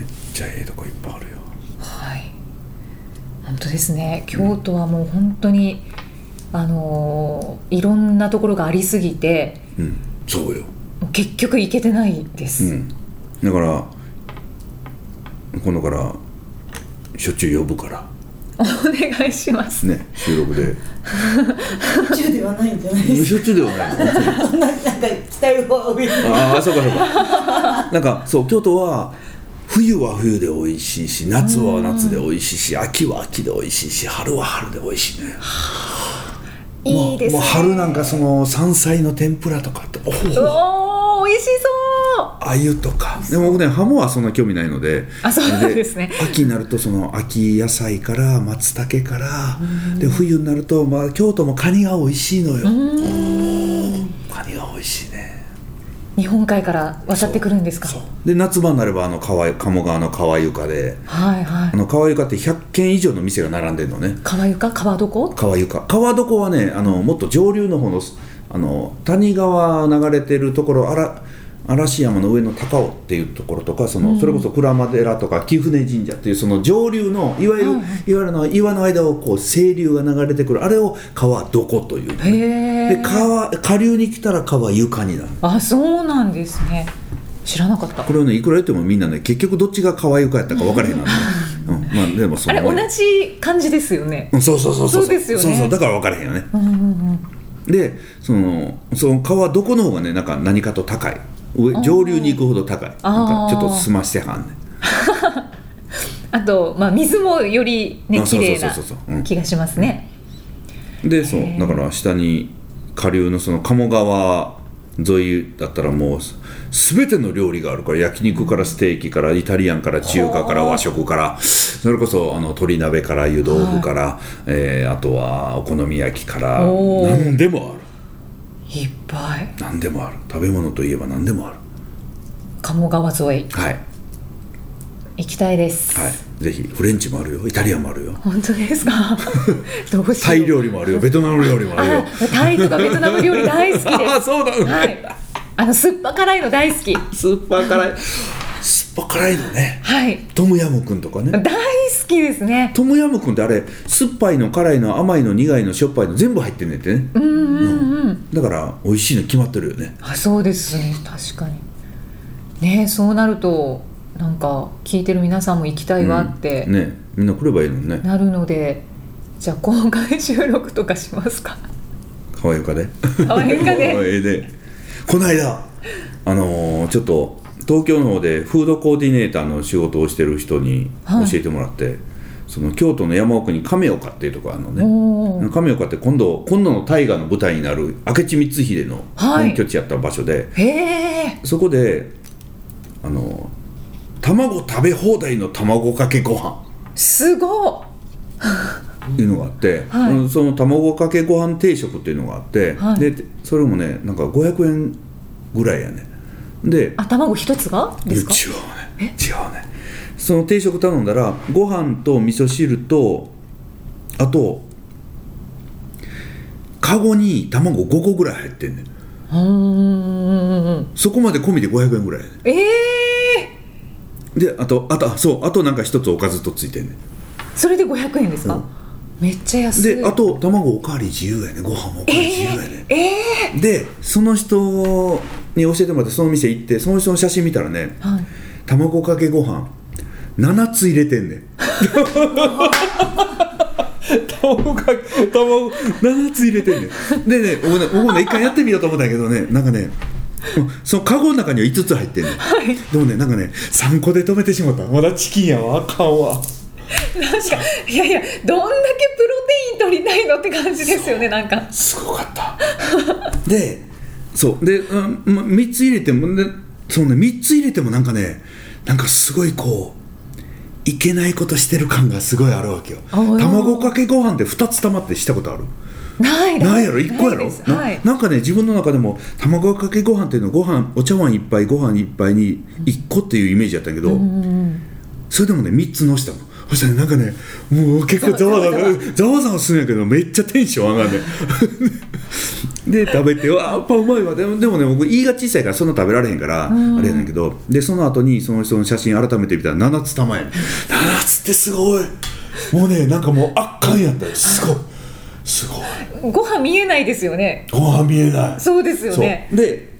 Speaker 2: っちゃええとこいっぱいあるよ
Speaker 3: はい本当ですね京都はもう本当に、あのーいろんなところがありすぎて
Speaker 2: うん、そうよ、
Speaker 3: もう結局行けてないで
Speaker 2: う
Speaker 3: す、
Speaker 2: ん、だから今度からしょっちゅう呼ぶから
Speaker 3: お願いします
Speaker 2: ね収録 で
Speaker 4: 宇宙ではないんじゃないです
Speaker 2: しょっちゅうではないの
Speaker 4: か。そんな なんか期待を上に。
Speaker 2: ああそうかそうかなんかそう京都は冬は冬で美味しいし夏は夏で美味しいし秋は秋で美味しいし春は春で美味しいね
Speaker 3: いいですね
Speaker 2: もうもう春なんかその山菜の天ぷらとかってお
Speaker 3: うお
Speaker 2: お
Speaker 3: ー美味しそう
Speaker 2: あゆとかでも僕ねハモはそんな興味ないの で
Speaker 3: あそうなんですね
Speaker 2: 秋になるとその秋野菜から松茸からで冬になると、まあ、京都もカニが美味しいのよカニが美味しいね
Speaker 3: 日本海から渡ってくるんですか
Speaker 2: そうで夏場になればあの川鴨川の川床で
Speaker 3: はいは
Speaker 2: あ
Speaker 3: い
Speaker 2: の川床って100軒以上の店が並んでるのね
Speaker 3: 川床川床
Speaker 2: 川床川床はねあのもっと上流の方のあの谷川流れてるところあら嵐山の上の高尾っていうところとかその、それこそ鞍馬寺とか貴船神社っていうその上流のいわゆる、いわゆるの岩の間をこう清流が流れてくるあれを川床という
Speaker 3: へ
Speaker 2: ね、
Speaker 3: え
Speaker 2: で川下流に来たら川床になる
Speaker 3: あそうなんですね知らなかった
Speaker 2: これをねいくら言ってもみんなね結局どっちが川床やったか分からへん なんだ、うんまあ、でもそ
Speaker 3: あ
Speaker 2: の
Speaker 3: れ同じ感じですよね
Speaker 2: うんそうそうそうそう
Speaker 3: そうですよね
Speaker 2: そうそうだから分からへんよね
Speaker 3: うんうんうん
Speaker 2: でそのその川どこの方がねなんか何かと高い上上流に行くほど高い
Speaker 3: あー
Speaker 2: なんかちょっと澄ましてはんねん
Speaker 3: あと、まあ、水もよりね
Speaker 2: あそ
Speaker 3: 綺
Speaker 2: うそう
Speaker 3: 麗
Speaker 2: そうそうそうう
Speaker 3: なん気がしますね、
Speaker 2: でそうだから下に下流のその鴨川沿いだったらもう全ての料理があるから焼肉からステーキからイタリアンから中華から和食からそれこそあの鶏鍋から湯豆腐から、えーあとはお好み焼きから
Speaker 3: おー
Speaker 2: 何でもある
Speaker 3: いっぱい
Speaker 2: 何でもある食べ物といえば何でもある
Speaker 3: 鴨川沿い
Speaker 2: はい
Speaker 3: 行きたいです、
Speaker 2: はいぜひフレンチもあるよイタリアンもあるよ
Speaker 3: 本当です かどうしよう
Speaker 2: タイ料理もあるよベトナム料理もあるよ
Speaker 3: あタイとかベトナム料理大好きで
Speaker 2: ああそうなの
Speaker 3: すはいあの酸っぱ辛いの大好き
Speaker 2: スーパー辛いスーパー辛いのね
Speaker 3: はい
Speaker 2: トムヤムくんとかね
Speaker 3: 大好きですね
Speaker 2: トムヤムくんってあれ酸っぱいの辛いの甘いの苦いのしょっぱいの全部入ってんねんってね
Speaker 3: うんうんうん
Speaker 2: だから美味しいの決まってるよね
Speaker 3: あそうですね確かにねそうなるとなんか聞いてる皆さんも行きたいわって
Speaker 2: うんねみんな来ればいいのにね
Speaker 3: なるので、じゃあ公開収録とかしますか
Speaker 2: 川床で
Speaker 3: 川床で
Speaker 2: ええでこの間あのーちょっと東京の方でフードコーディネーターの仕事をしてる人に
Speaker 3: はい
Speaker 2: 教えてもらって、その京都の山奥に亀岡っていうとこあるのね
Speaker 3: おー
Speaker 2: 亀岡って今度今度の大河の舞台になる明智光秀の
Speaker 3: はい
Speaker 2: 本拠地やった場所で、
Speaker 3: へえ
Speaker 2: そこであの卵食べ放題の卵かけご飯
Speaker 3: すご
Speaker 2: っていうのがあって、
Speaker 3: はい
Speaker 2: うんその卵かけご飯定食っていうのがあって、
Speaker 3: はい
Speaker 2: でそれもねなんか500円ぐらいやねで
Speaker 3: あ卵一つがですか
Speaker 2: 違うね違うねその定食頼んだらご飯と味噌汁とあとカゴに卵5個ぐらい入ってんねん
Speaker 3: うーん
Speaker 2: そこまで込みで500円ぐらいやね
Speaker 3: ええ
Speaker 2: であとあとあそうあとなんか一つおかずとついてんねん
Speaker 3: それで500円ですか、
Speaker 2: うん
Speaker 3: めっちゃ安い
Speaker 2: であと卵おかわり自由やねご飯もおかわり自由やね、
Speaker 3: ええ
Speaker 2: でその人に教えてもらってその店行ってその人の写真見たらね
Speaker 3: はい、
Speaker 2: 卵かけご飯7つ入れてんねん 卵かけ卵7つ入れてんねんでね僕ね僕もね一回やってみようと思ったんやけどねなんかねうんそのカゴの中には5つ入ってんねん、でもねなんかね3個で止めてしまったまだチキンやわあかんわ
Speaker 3: なんかいやいやどんだけプロテイン取りたいのって感じですよねなんか
Speaker 2: すごかった でそうで、うんま、3つ入れてもでそうね3つ入れてもなんかねなんかすごいこういけないことしてる感がすごいあるわけよ
Speaker 3: あー
Speaker 2: 卵かけご飯で2つ溜まってしたことある
Speaker 3: ないです
Speaker 2: なんやろ1個
Speaker 3: な
Speaker 2: や
Speaker 3: い
Speaker 2: ろ
Speaker 3: です
Speaker 2: な,、
Speaker 3: はい
Speaker 2: なんかね自分の中でも卵かけご飯っていうのはご飯お茶碗一杯ご飯一杯に1個っていうイメージやったんやけど、
Speaker 3: うん
Speaker 2: それでもね3つのしたのそしたらなんかねもう結構ざわざわざわざわするんやけどめっちゃテンション上がるねで食べてわあやっぱうまいわでもでもね僕胃が小さいからそんな食べられへんから、あれやねんけどでその後にその人の写真改めて見たら7つ玉やねん7つってすごいもうねなんかもう圧巻やったよすごいすごい
Speaker 3: ご飯見えないですよね
Speaker 2: ご飯見えない
Speaker 3: そうですよね
Speaker 2: そうで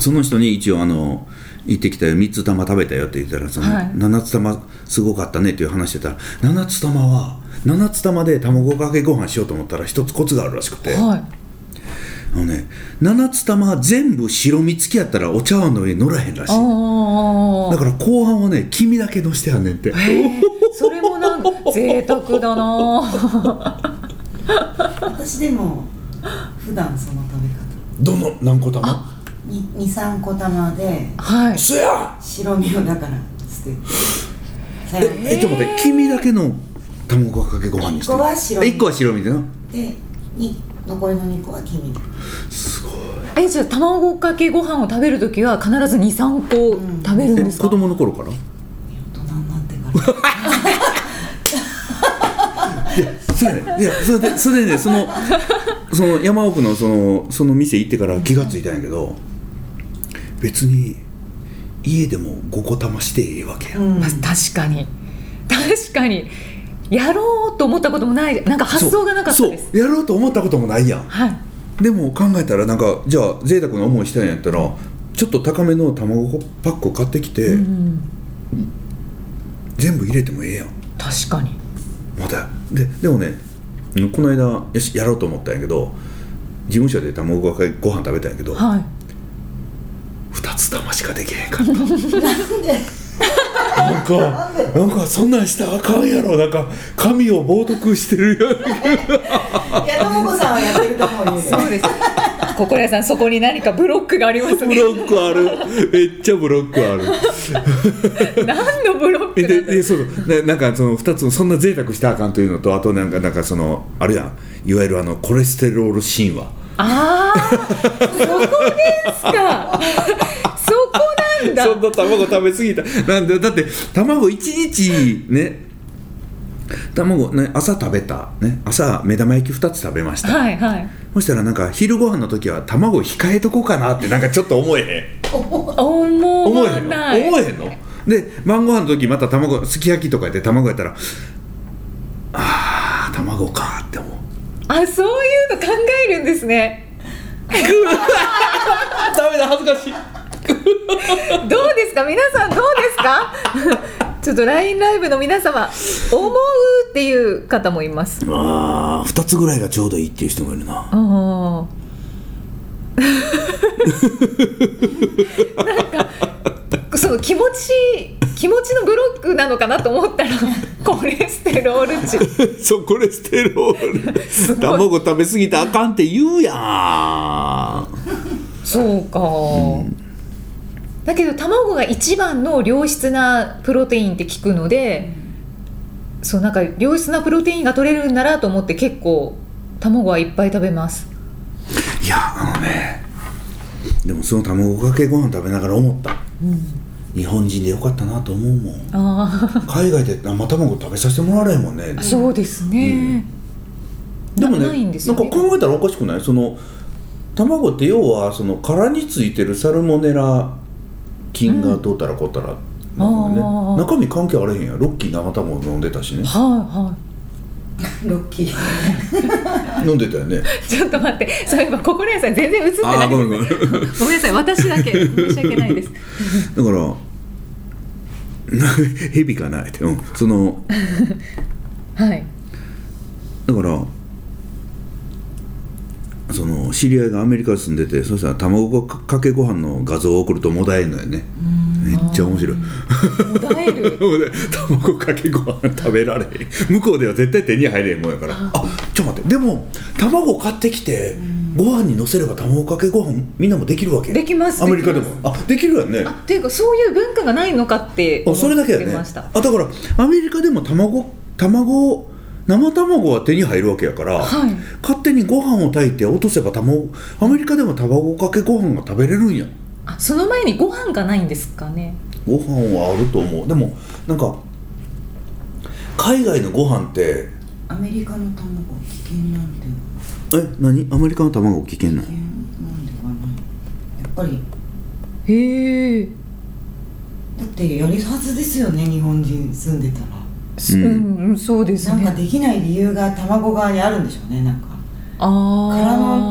Speaker 2: その人に一応あの行ってきたよ3つ玉食べたよって言ったらその、
Speaker 3: はい
Speaker 2: 7つ玉すごかったねっていう話してたら7つ玉は7つ玉で卵かけご飯しようと思ったら一つコツがあるらしくて、
Speaker 3: は
Speaker 2: あのね7つ玉全部白身付きやったらお茶碗の上に乗らへんら
Speaker 3: い
Speaker 2: しい
Speaker 3: ああ
Speaker 2: だから後半はね黄身だけのしてはんねんって
Speaker 3: それもなん贅沢だな
Speaker 4: 私でも普段その食べ方
Speaker 2: どの何個玉
Speaker 4: 23個玉で
Speaker 3: はい
Speaker 2: そや
Speaker 4: 白身をだから捨てて最後に
Speaker 2: えちょっと待って黄身だけの卵かけご飯にして
Speaker 4: 一個
Speaker 2: 1個は
Speaker 4: は白身
Speaker 2: 白身でな
Speaker 4: でに残りの2個は黄身
Speaker 2: すごい
Speaker 3: えじゃあ卵かけご飯を食べるときは必ず23個食べるん
Speaker 2: え
Speaker 3: で
Speaker 2: 子
Speaker 3: すか、
Speaker 2: 供の頃から
Speaker 4: 大人になってから
Speaker 2: そうやねいやそれでそれでねその その山奥のそのその店行ってから気がついたんやけど別に家でも5個玉してええわけや、
Speaker 4: うん
Speaker 3: まあ確かに確かにやろうと思ったこともないなんか発想がなかった
Speaker 2: そう
Speaker 3: です
Speaker 2: そうやろうと思ったこともないやん
Speaker 3: はい
Speaker 2: でも考えたらなんかじゃあ贅沢な思いしたんやったらちょっと高めの卵パックを買ってきて、
Speaker 3: うん
Speaker 2: 全部入れてもええやん
Speaker 3: 確かに
Speaker 2: まだででもねうんこの間よしやろうと思ったんやけど事務所で卵かけご飯食べたんやけど、
Speaker 3: はい
Speaker 2: 二つ玉しかできへんからなんでなんかなんかそんなんしたらあかんやろなんか神を冒涜してるよ
Speaker 4: いやともこさんはやってると思うよ
Speaker 3: そうです心屋さん そこに何かブロックがあります
Speaker 2: ブ
Speaker 3: ね
Speaker 2: ロックあるめっちゃブロックある
Speaker 3: 何のブロック
Speaker 2: え
Speaker 3: な
Speaker 2: で
Speaker 3: んだろ
Speaker 2: でそうそうななんかその2つのそんな贅沢したらあかんというのとあとなんかなんかそのあるやんいわゆるあのコレステロール神話
Speaker 3: ああそこです かそこなんだ
Speaker 2: そんな卵食べ過ぎたなんでだって卵一日ね卵ね朝食べたね朝目玉焼き2つ食べました
Speaker 3: はいはい
Speaker 2: そしたらなんか昼ご飯の時は卵控えとこうかなってなんかちょっと思えへん
Speaker 3: 思
Speaker 2: 思え
Speaker 3: わ
Speaker 2: へんの
Speaker 3: ない
Speaker 2: 思えへんので晩ご飯の時また卵すき焼きとかやって卵やったらあー卵かって思う
Speaker 3: あそういうの考えるんですね
Speaker 2: ダメだ恥ずかしい
Speaker 3: どうですか皆さんどうですか ちょっと LINE ライブの皆様思うっていう方もいます
Speaker 2: あ2つぐらいがちょうどいいっていう人もいるな
Speaker 3: あ あなんかその気持ち気持ちのブロックなのかなと思ったらコレステロール値
Speaker 2: そうコレステロール
Speaker 3: ごい
Speaker 2: 卵食べ過ぎたらあかんって言うやん
Speaker 3: そうか、だけど卵が一番の良質なプロテインって聞くので、そうなんか良質なプロテインが取れるんならと思って結構卵はいっぱい食べます
Speaker 2: いやあのねでもその卵かけご飯食べながら思った、日本人でよかったなと思うもん
Speaker 3: あ
Speaker 2: 海外で生卵食べさせてもらわれへんもんね
Speaker 3: あ そうですね、
Speaker 2: でもね
Speaker 3: ないんですよね
Speaker 2: なんか考えたらおかしくないその卵って要はその殻についてるサルモネラ菌がどうたらこうたら、なんかね
Speaker 3: あー
Speaker 2: 中身関係あれへんやんロッキー生卵飲んでたしね
Speaker 3: はいは
Speaker 4: ロッキー
Speaker 2: 飲んでたよ ね
Speaker 3: いちょっと待ってそういえば心屋さん全然映って
Speaker 2: あ
Speaker 3: な
Speaker 2: あ
Speaker 3: い
Speaker 2: ご
Speaker 3: ご
Speaker 2: め
Speaker 3: め
Speaker 2: ん
Speaker 3: ん
Speaker 2: ごめんだか
Speaker 3: なさい私だけ申し訳ないです
Speaker 2: ら 蛇かなって、うん、その
Speaker 3: はい
Speaker 2: だからその知り合いがアメリカに住んでてそしたら卵かけご飯の画像を送るともだえんのよねめっちゃ面白い
Speaker 3: もだえる
Speaker 2: もうね卵かけご飯食べられへん向こうでは絶対手に入れへんもんやからあちょっと待ってでも卵買ってきてご飯にのせれば卵かけご飯みんなもできるわけ
Speaker 3: できます
Speaker 2: アメリカでも
Speaker 3: きます
Speaker 2: あできるよね
Speaker 3: あっていうかそういう文化がないのかって
Speaker 2: あそれだけや
Speaker 3: 思って
Speaker 2: ね
Speaker 3: ま
Speaker 2: あ
Speaker 3: した
Speaker 2: だからアメリカでも卵卵生卵は手に入るわけやから、
Speaker 3: はい
Speaker 2: 勝手にご飯を炊いて落とせば卵アメリカでも卵かけご飯が食べれるんや
Speaker 3: あその前にご飯がないんですかね
Speaker 2: ご飯はあると思うでもなんか海外のご飯って
Speaker 4: アメリカの卵危険なんて
Speaker 2: え何アメリカの卵危険な
Speaker 4: 危険なんでかなやっぱり
Speaker 3: へえ
Speaker 4: だってやるはずですよね日本人住んでたら
Speaker 3: すうん、うん、そうです
Speaker 4: なんか
Speaker 3: ね
Speaker 4: できない理由が卵側にあるんでしょうねなんか殻の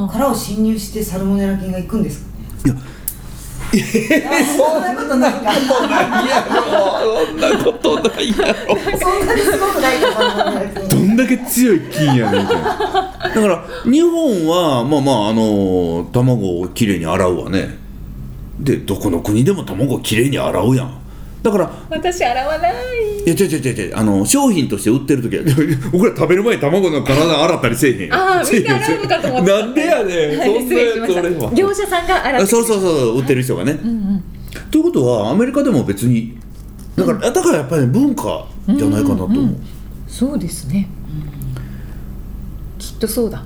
Speaker 3: ああ
Speaker 4: 殻を侵入してサルモネラ菌が行くんですかね
Speaker 2: いや
Speaker 4: あそんなことないか
Speaker 2: そんなことないやろ
Speaker 4: そんなにすごくないかサルモネラ
Speaker 2: ど
Speaker 4: 菌
Speaker 2: んだけ強い菌やねんけどだから日本はまあまああの卵をきれいに洗うわねでどこの国でも卵をきれいに洗うやんだから
Speaker 3: 私洗わない
Speaker 2: いや違う違う違う違うあの商品として売ってる時は 僕ら食べる前に卵の体洗ったりせえへん
Speaker 3: ああ
Speaker 2: せえへん
Speaker 3: みんな洗うのかと思った
Speaker 2: なんでやねん
Speaker 3: は
Speaker 2: そ
Speaker 3: い
Speaker 2: ん
Speaker 3: 失
Speaker 2: な
Speaker 3: 礼し
Speaker 2: や
Speaker 3: ま
Speaker 2: つ
Speaker 3: した
Speaker 2: 俺は
Speaker 3: 業者さんが洗っ
Speaker 2: あ
Speaker 3: て
Speaker 2: そうそうそう売ってる人がね、ということはアメリカでも別にだから,、だからやっぱり文化じゃないかなと思う、
Speaker 3: そうですね、きっとそうだ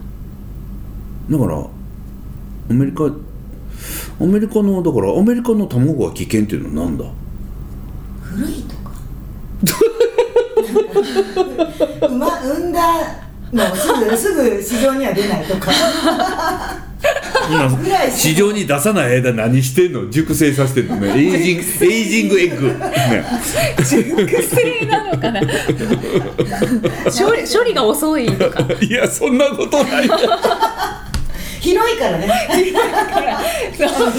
Speaker 2: だからアメリカアメリカのだからアメリカの卵は危険っていうのはなんだ
Speaker 4: 古いとか産ま 産んだのをすぐすぐ市場には出ないとか ぐ らいしか
Speaker 2: 市場に出さない間何してんの熟成させてんの ねエイジングエイジングエッグ、ね、
Speaker 3: 薬なのかな 処理処理が遅いとか
Speaker 2: いやそんなことないよ
Speaker 4: 広いからね
Speaker 3: そうそ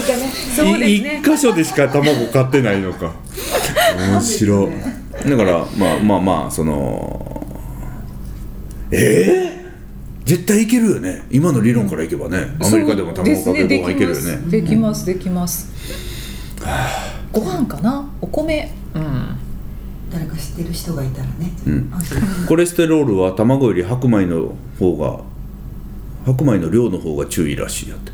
Speaker 3: うです
Speaker 2: い
Speaker 3: ね
Speaker 2: 一箇所でしか卵買ってないのか面白いだからまあまあまあそのええ絶対いけるよね今の理論からいけばね、アメリカでも卵かけご飯いけるよね
Speaker 3: できますできますご飯かなお米うん
Speaker 4: 誰か知ってる人がいたらね、
Speaker 2: ん
Speaker 4: あ
Speaker 2: コレステロールは卵より白米の方が白米の量の方が注意らしいやって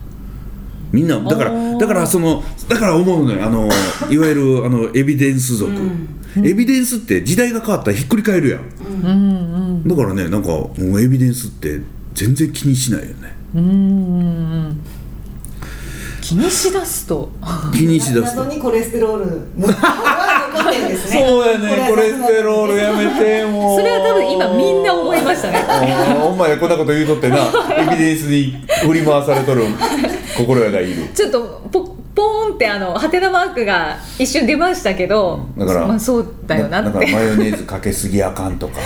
Speaker 2: みんなだか
Speaker 3: あー
Speaker 2: らだからそのだから思うのよあ のいわゆるあのエビデンス族、エビデンスって時代が変わったらひっくり返るやん、だからねなんかもうエビデンスって全然気にしないよね
Speaker 3: 気にしだすと
Speaker 2: 気にしだすと
Speaker 4: 謎にコレステロー ルの残ってるんですねー
Speaker 2: ールやめても
Speaker 3: それは多分今みんな思いましたね
Speaker 2: お前こんなこと言うと ってなエビデンスに振り回されとる心得がいる
Speaker 3: ちょっとポポーンってあのハテナマークが一瞬出ましたけど
Speaker 2: だから
Speaker 3: まあ、そうだよな
Speaker 2: な
Speaker 3: っ
Speaker 2: んか
Speaker 3: て
Speaker 2: マヨネーズかけすぎあかんとか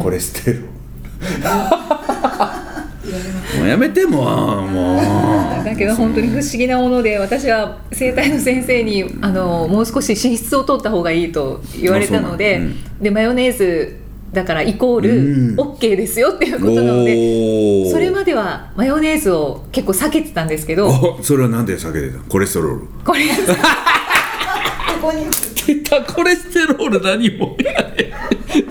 Speaker 2: コレステロール もうやめてもうもう
Speaker 3: だけど本当に不思議なもので私は生体の先生にあのもう少し脂質を取った方がいいと言われたので、
Speaker 2: あそうなん
Speaker 3: でマヨネーズだからイコー
Speaker 2: うん
Speaker 3: ル OK ですよっていうことなので、
Speaker 2: おー
Speaker 3: それまではマヨネーズを結構避けてたんですけど
Speaker 2: おそれはなんで避けてたコレステロール
Speaker 3: これ
Speaker 4: ここに
Speaker 2: 出たコレステロール何もやね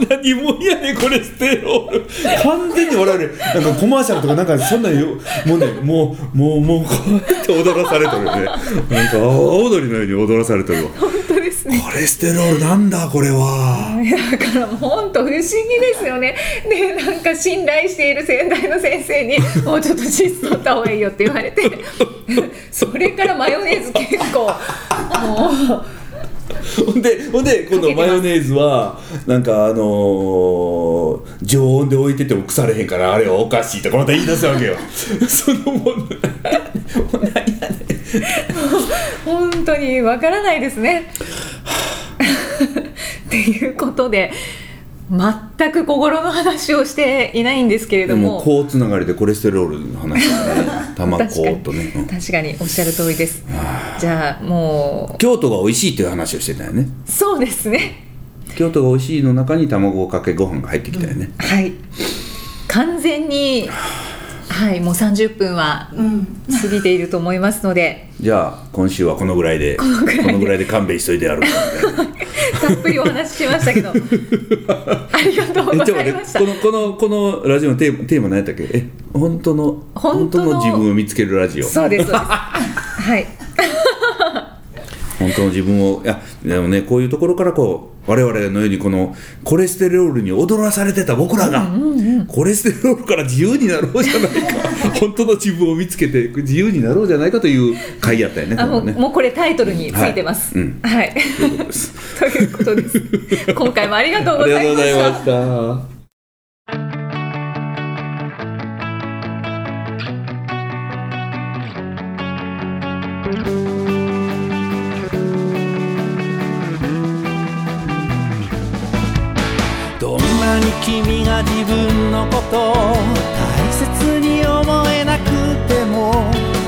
Speaker 2: 何もやねコレステロール完全に我々なんかコマーシャルとかなんかそんなんよもうねもうもうもうこうやって踊らされてるよねなんか阿波踊りのように踊らされてるわ
Speaker 3: 本当ですね。
Speaker 2: コレステロールなんだこれは
Speaker 3: だからもう本当不思議ですよねでなんか信頼している先代の先生に「もうちょっとチーズ取った方がいいよ」って言われてそれからマヨネーズ結構もう
Speaker 2: ほんでほんで今度マヨネーズはなんかあのー常温で置いてても腐れへんからあれはおかしいってまた言い出すわけよそのもん
Speaker 3: 本当にわからないですね。っていうことで全く心の話をしていないんですけれ
Speaker 2: で
Speaker 3: ど
Speaker 2: も
Speaker 3: も。
Speaker 2: こうつながりでコレステロールの話だね玉
Speaker 3: 確
Speaker 2: 子
Speaker 3: かに
Speaker 2: とね、うん
Speaker 3: 確かにおっしゃる通りですじゃあも
Speaker 2: 京都が美味しいっていう話をしてたよね
Speaker 3: うそうですね
Speaker 2: 京都が美味しいの中に卵かけご飯が入ってきたよね、
Speaker 3: はい完全にはいもう30分は
Speaker 4: うん
Speaker 3: 過ぎていると思いますので
Speaker 2: じゃあ今週はこのぐらいでこ
Speaker 3: のぐらいで
Speaker 2: ぐらいで勘弁しといてやる
Speaker 3: たっぷりお話ししました けどありがとう
Speaker 2: え
Speaker 3: ご
Speaker 2: ちょっ
Speaker 3: ざ
Speaker 2: と待
Speaker 3: い
Speaker 2: っ
Speaker 3: ましてた
Speaker 2: このこのこのラジオのテーマテーマ何やったっけえ本当の
Speaker 3: 本当の
Speaker 2: の自分を見つけるラジオ
Speaker 3: そうですそうですはい
Speaker 2: 本当の自分をいやでもねこういうところからこう我々のようにこのコレステロールに踊らされてた僕らが、コレステロールから自由になろうじゃないか本当の自分を見つけて自由になろうじゃないかという回やったよね
Speaker 3: あ
Speaker 2: これ
Speaker 3: も
Speaker 2: は
Speaker 3: う
Speaker 2: ね
Speaker 3: もうこれタイトルについてます
Speaker 2: はいうん
Speaker 3: はい、
Speaker 2: ということです
Speaker 3: という ことです今回もありがとうご
Speaker 2: あり
Speaker 3: ざ
Speaker 2: がと
Speaker 3: いう
Speaker 2: ご
Speaker 3: ま
Speaker 2: ざ
Speaker 3: し
Speaker 2: い
Speaker 3: た
Speaker 2: ました。
Speaker 5: 「なに君が自分のことを大切に思えなくても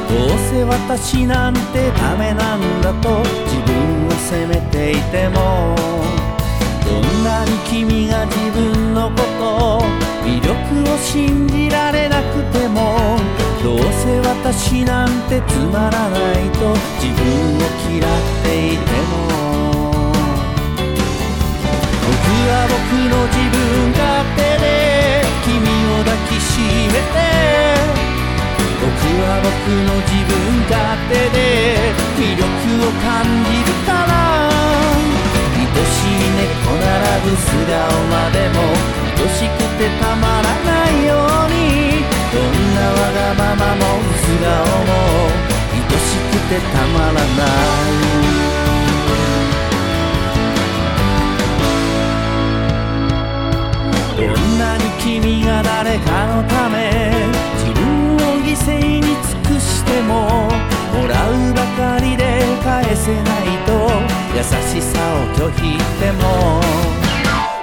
Speaker 5: どうせ私なんてダメなんだと自分を責めていてもどんなに君が自分のことを魅力を信じられなくてもどうせ私なんてつまらないと自分を嫌っていても僕は僕の自分勝手で君を抱きしめて僕は僕の自分勝手で魅力を感じるから愛しい猫並ぶ素顔までも愛しくてたまらないようにどんなわがままも素顔も愛しくてたまらないどんなに君が誰かのため自分を犠牲に尽くしてももらうばかりで返せないと優しさを拒否しても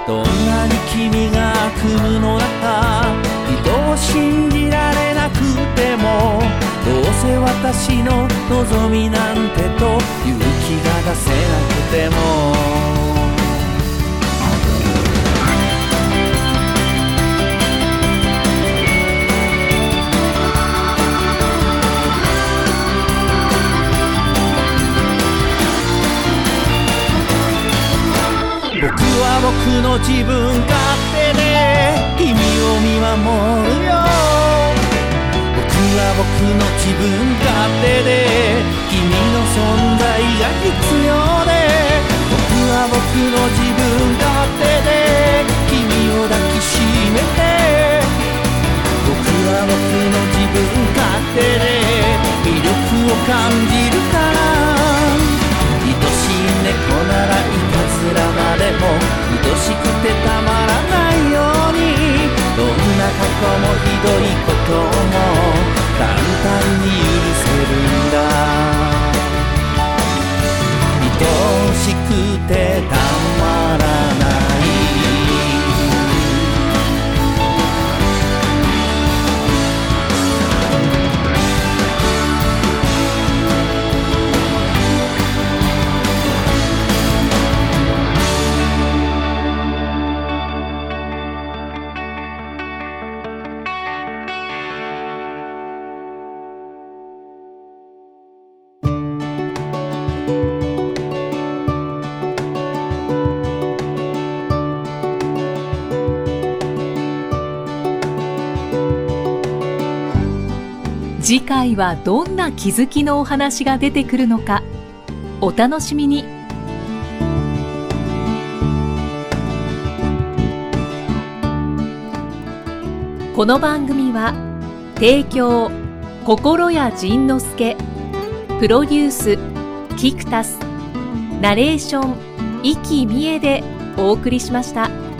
Speaker 5: どんなに君が悪夢の中人を信じられなくてもどうせ私の望みなんてと勇気が出せなくても僕は僕の自分勝手で君を見守るよ僕は僕の自分勝手で君の存在が必要で僕は僕の自分勝手で君を抱きしめて僕は僕の自分勝手で魅力を感じるから愛しい猫ならいたずらまでも愛しくてたまらないようにどんな過去もひどいことも簡単に許せるんだ愛しくてたまらない
Speaker 1: 次回はどんな気づきのお話が出てくるのかお楽しみにこの番組は提供心谷仁之助プロデュースキクタスナレーション生きみえでお送りしました。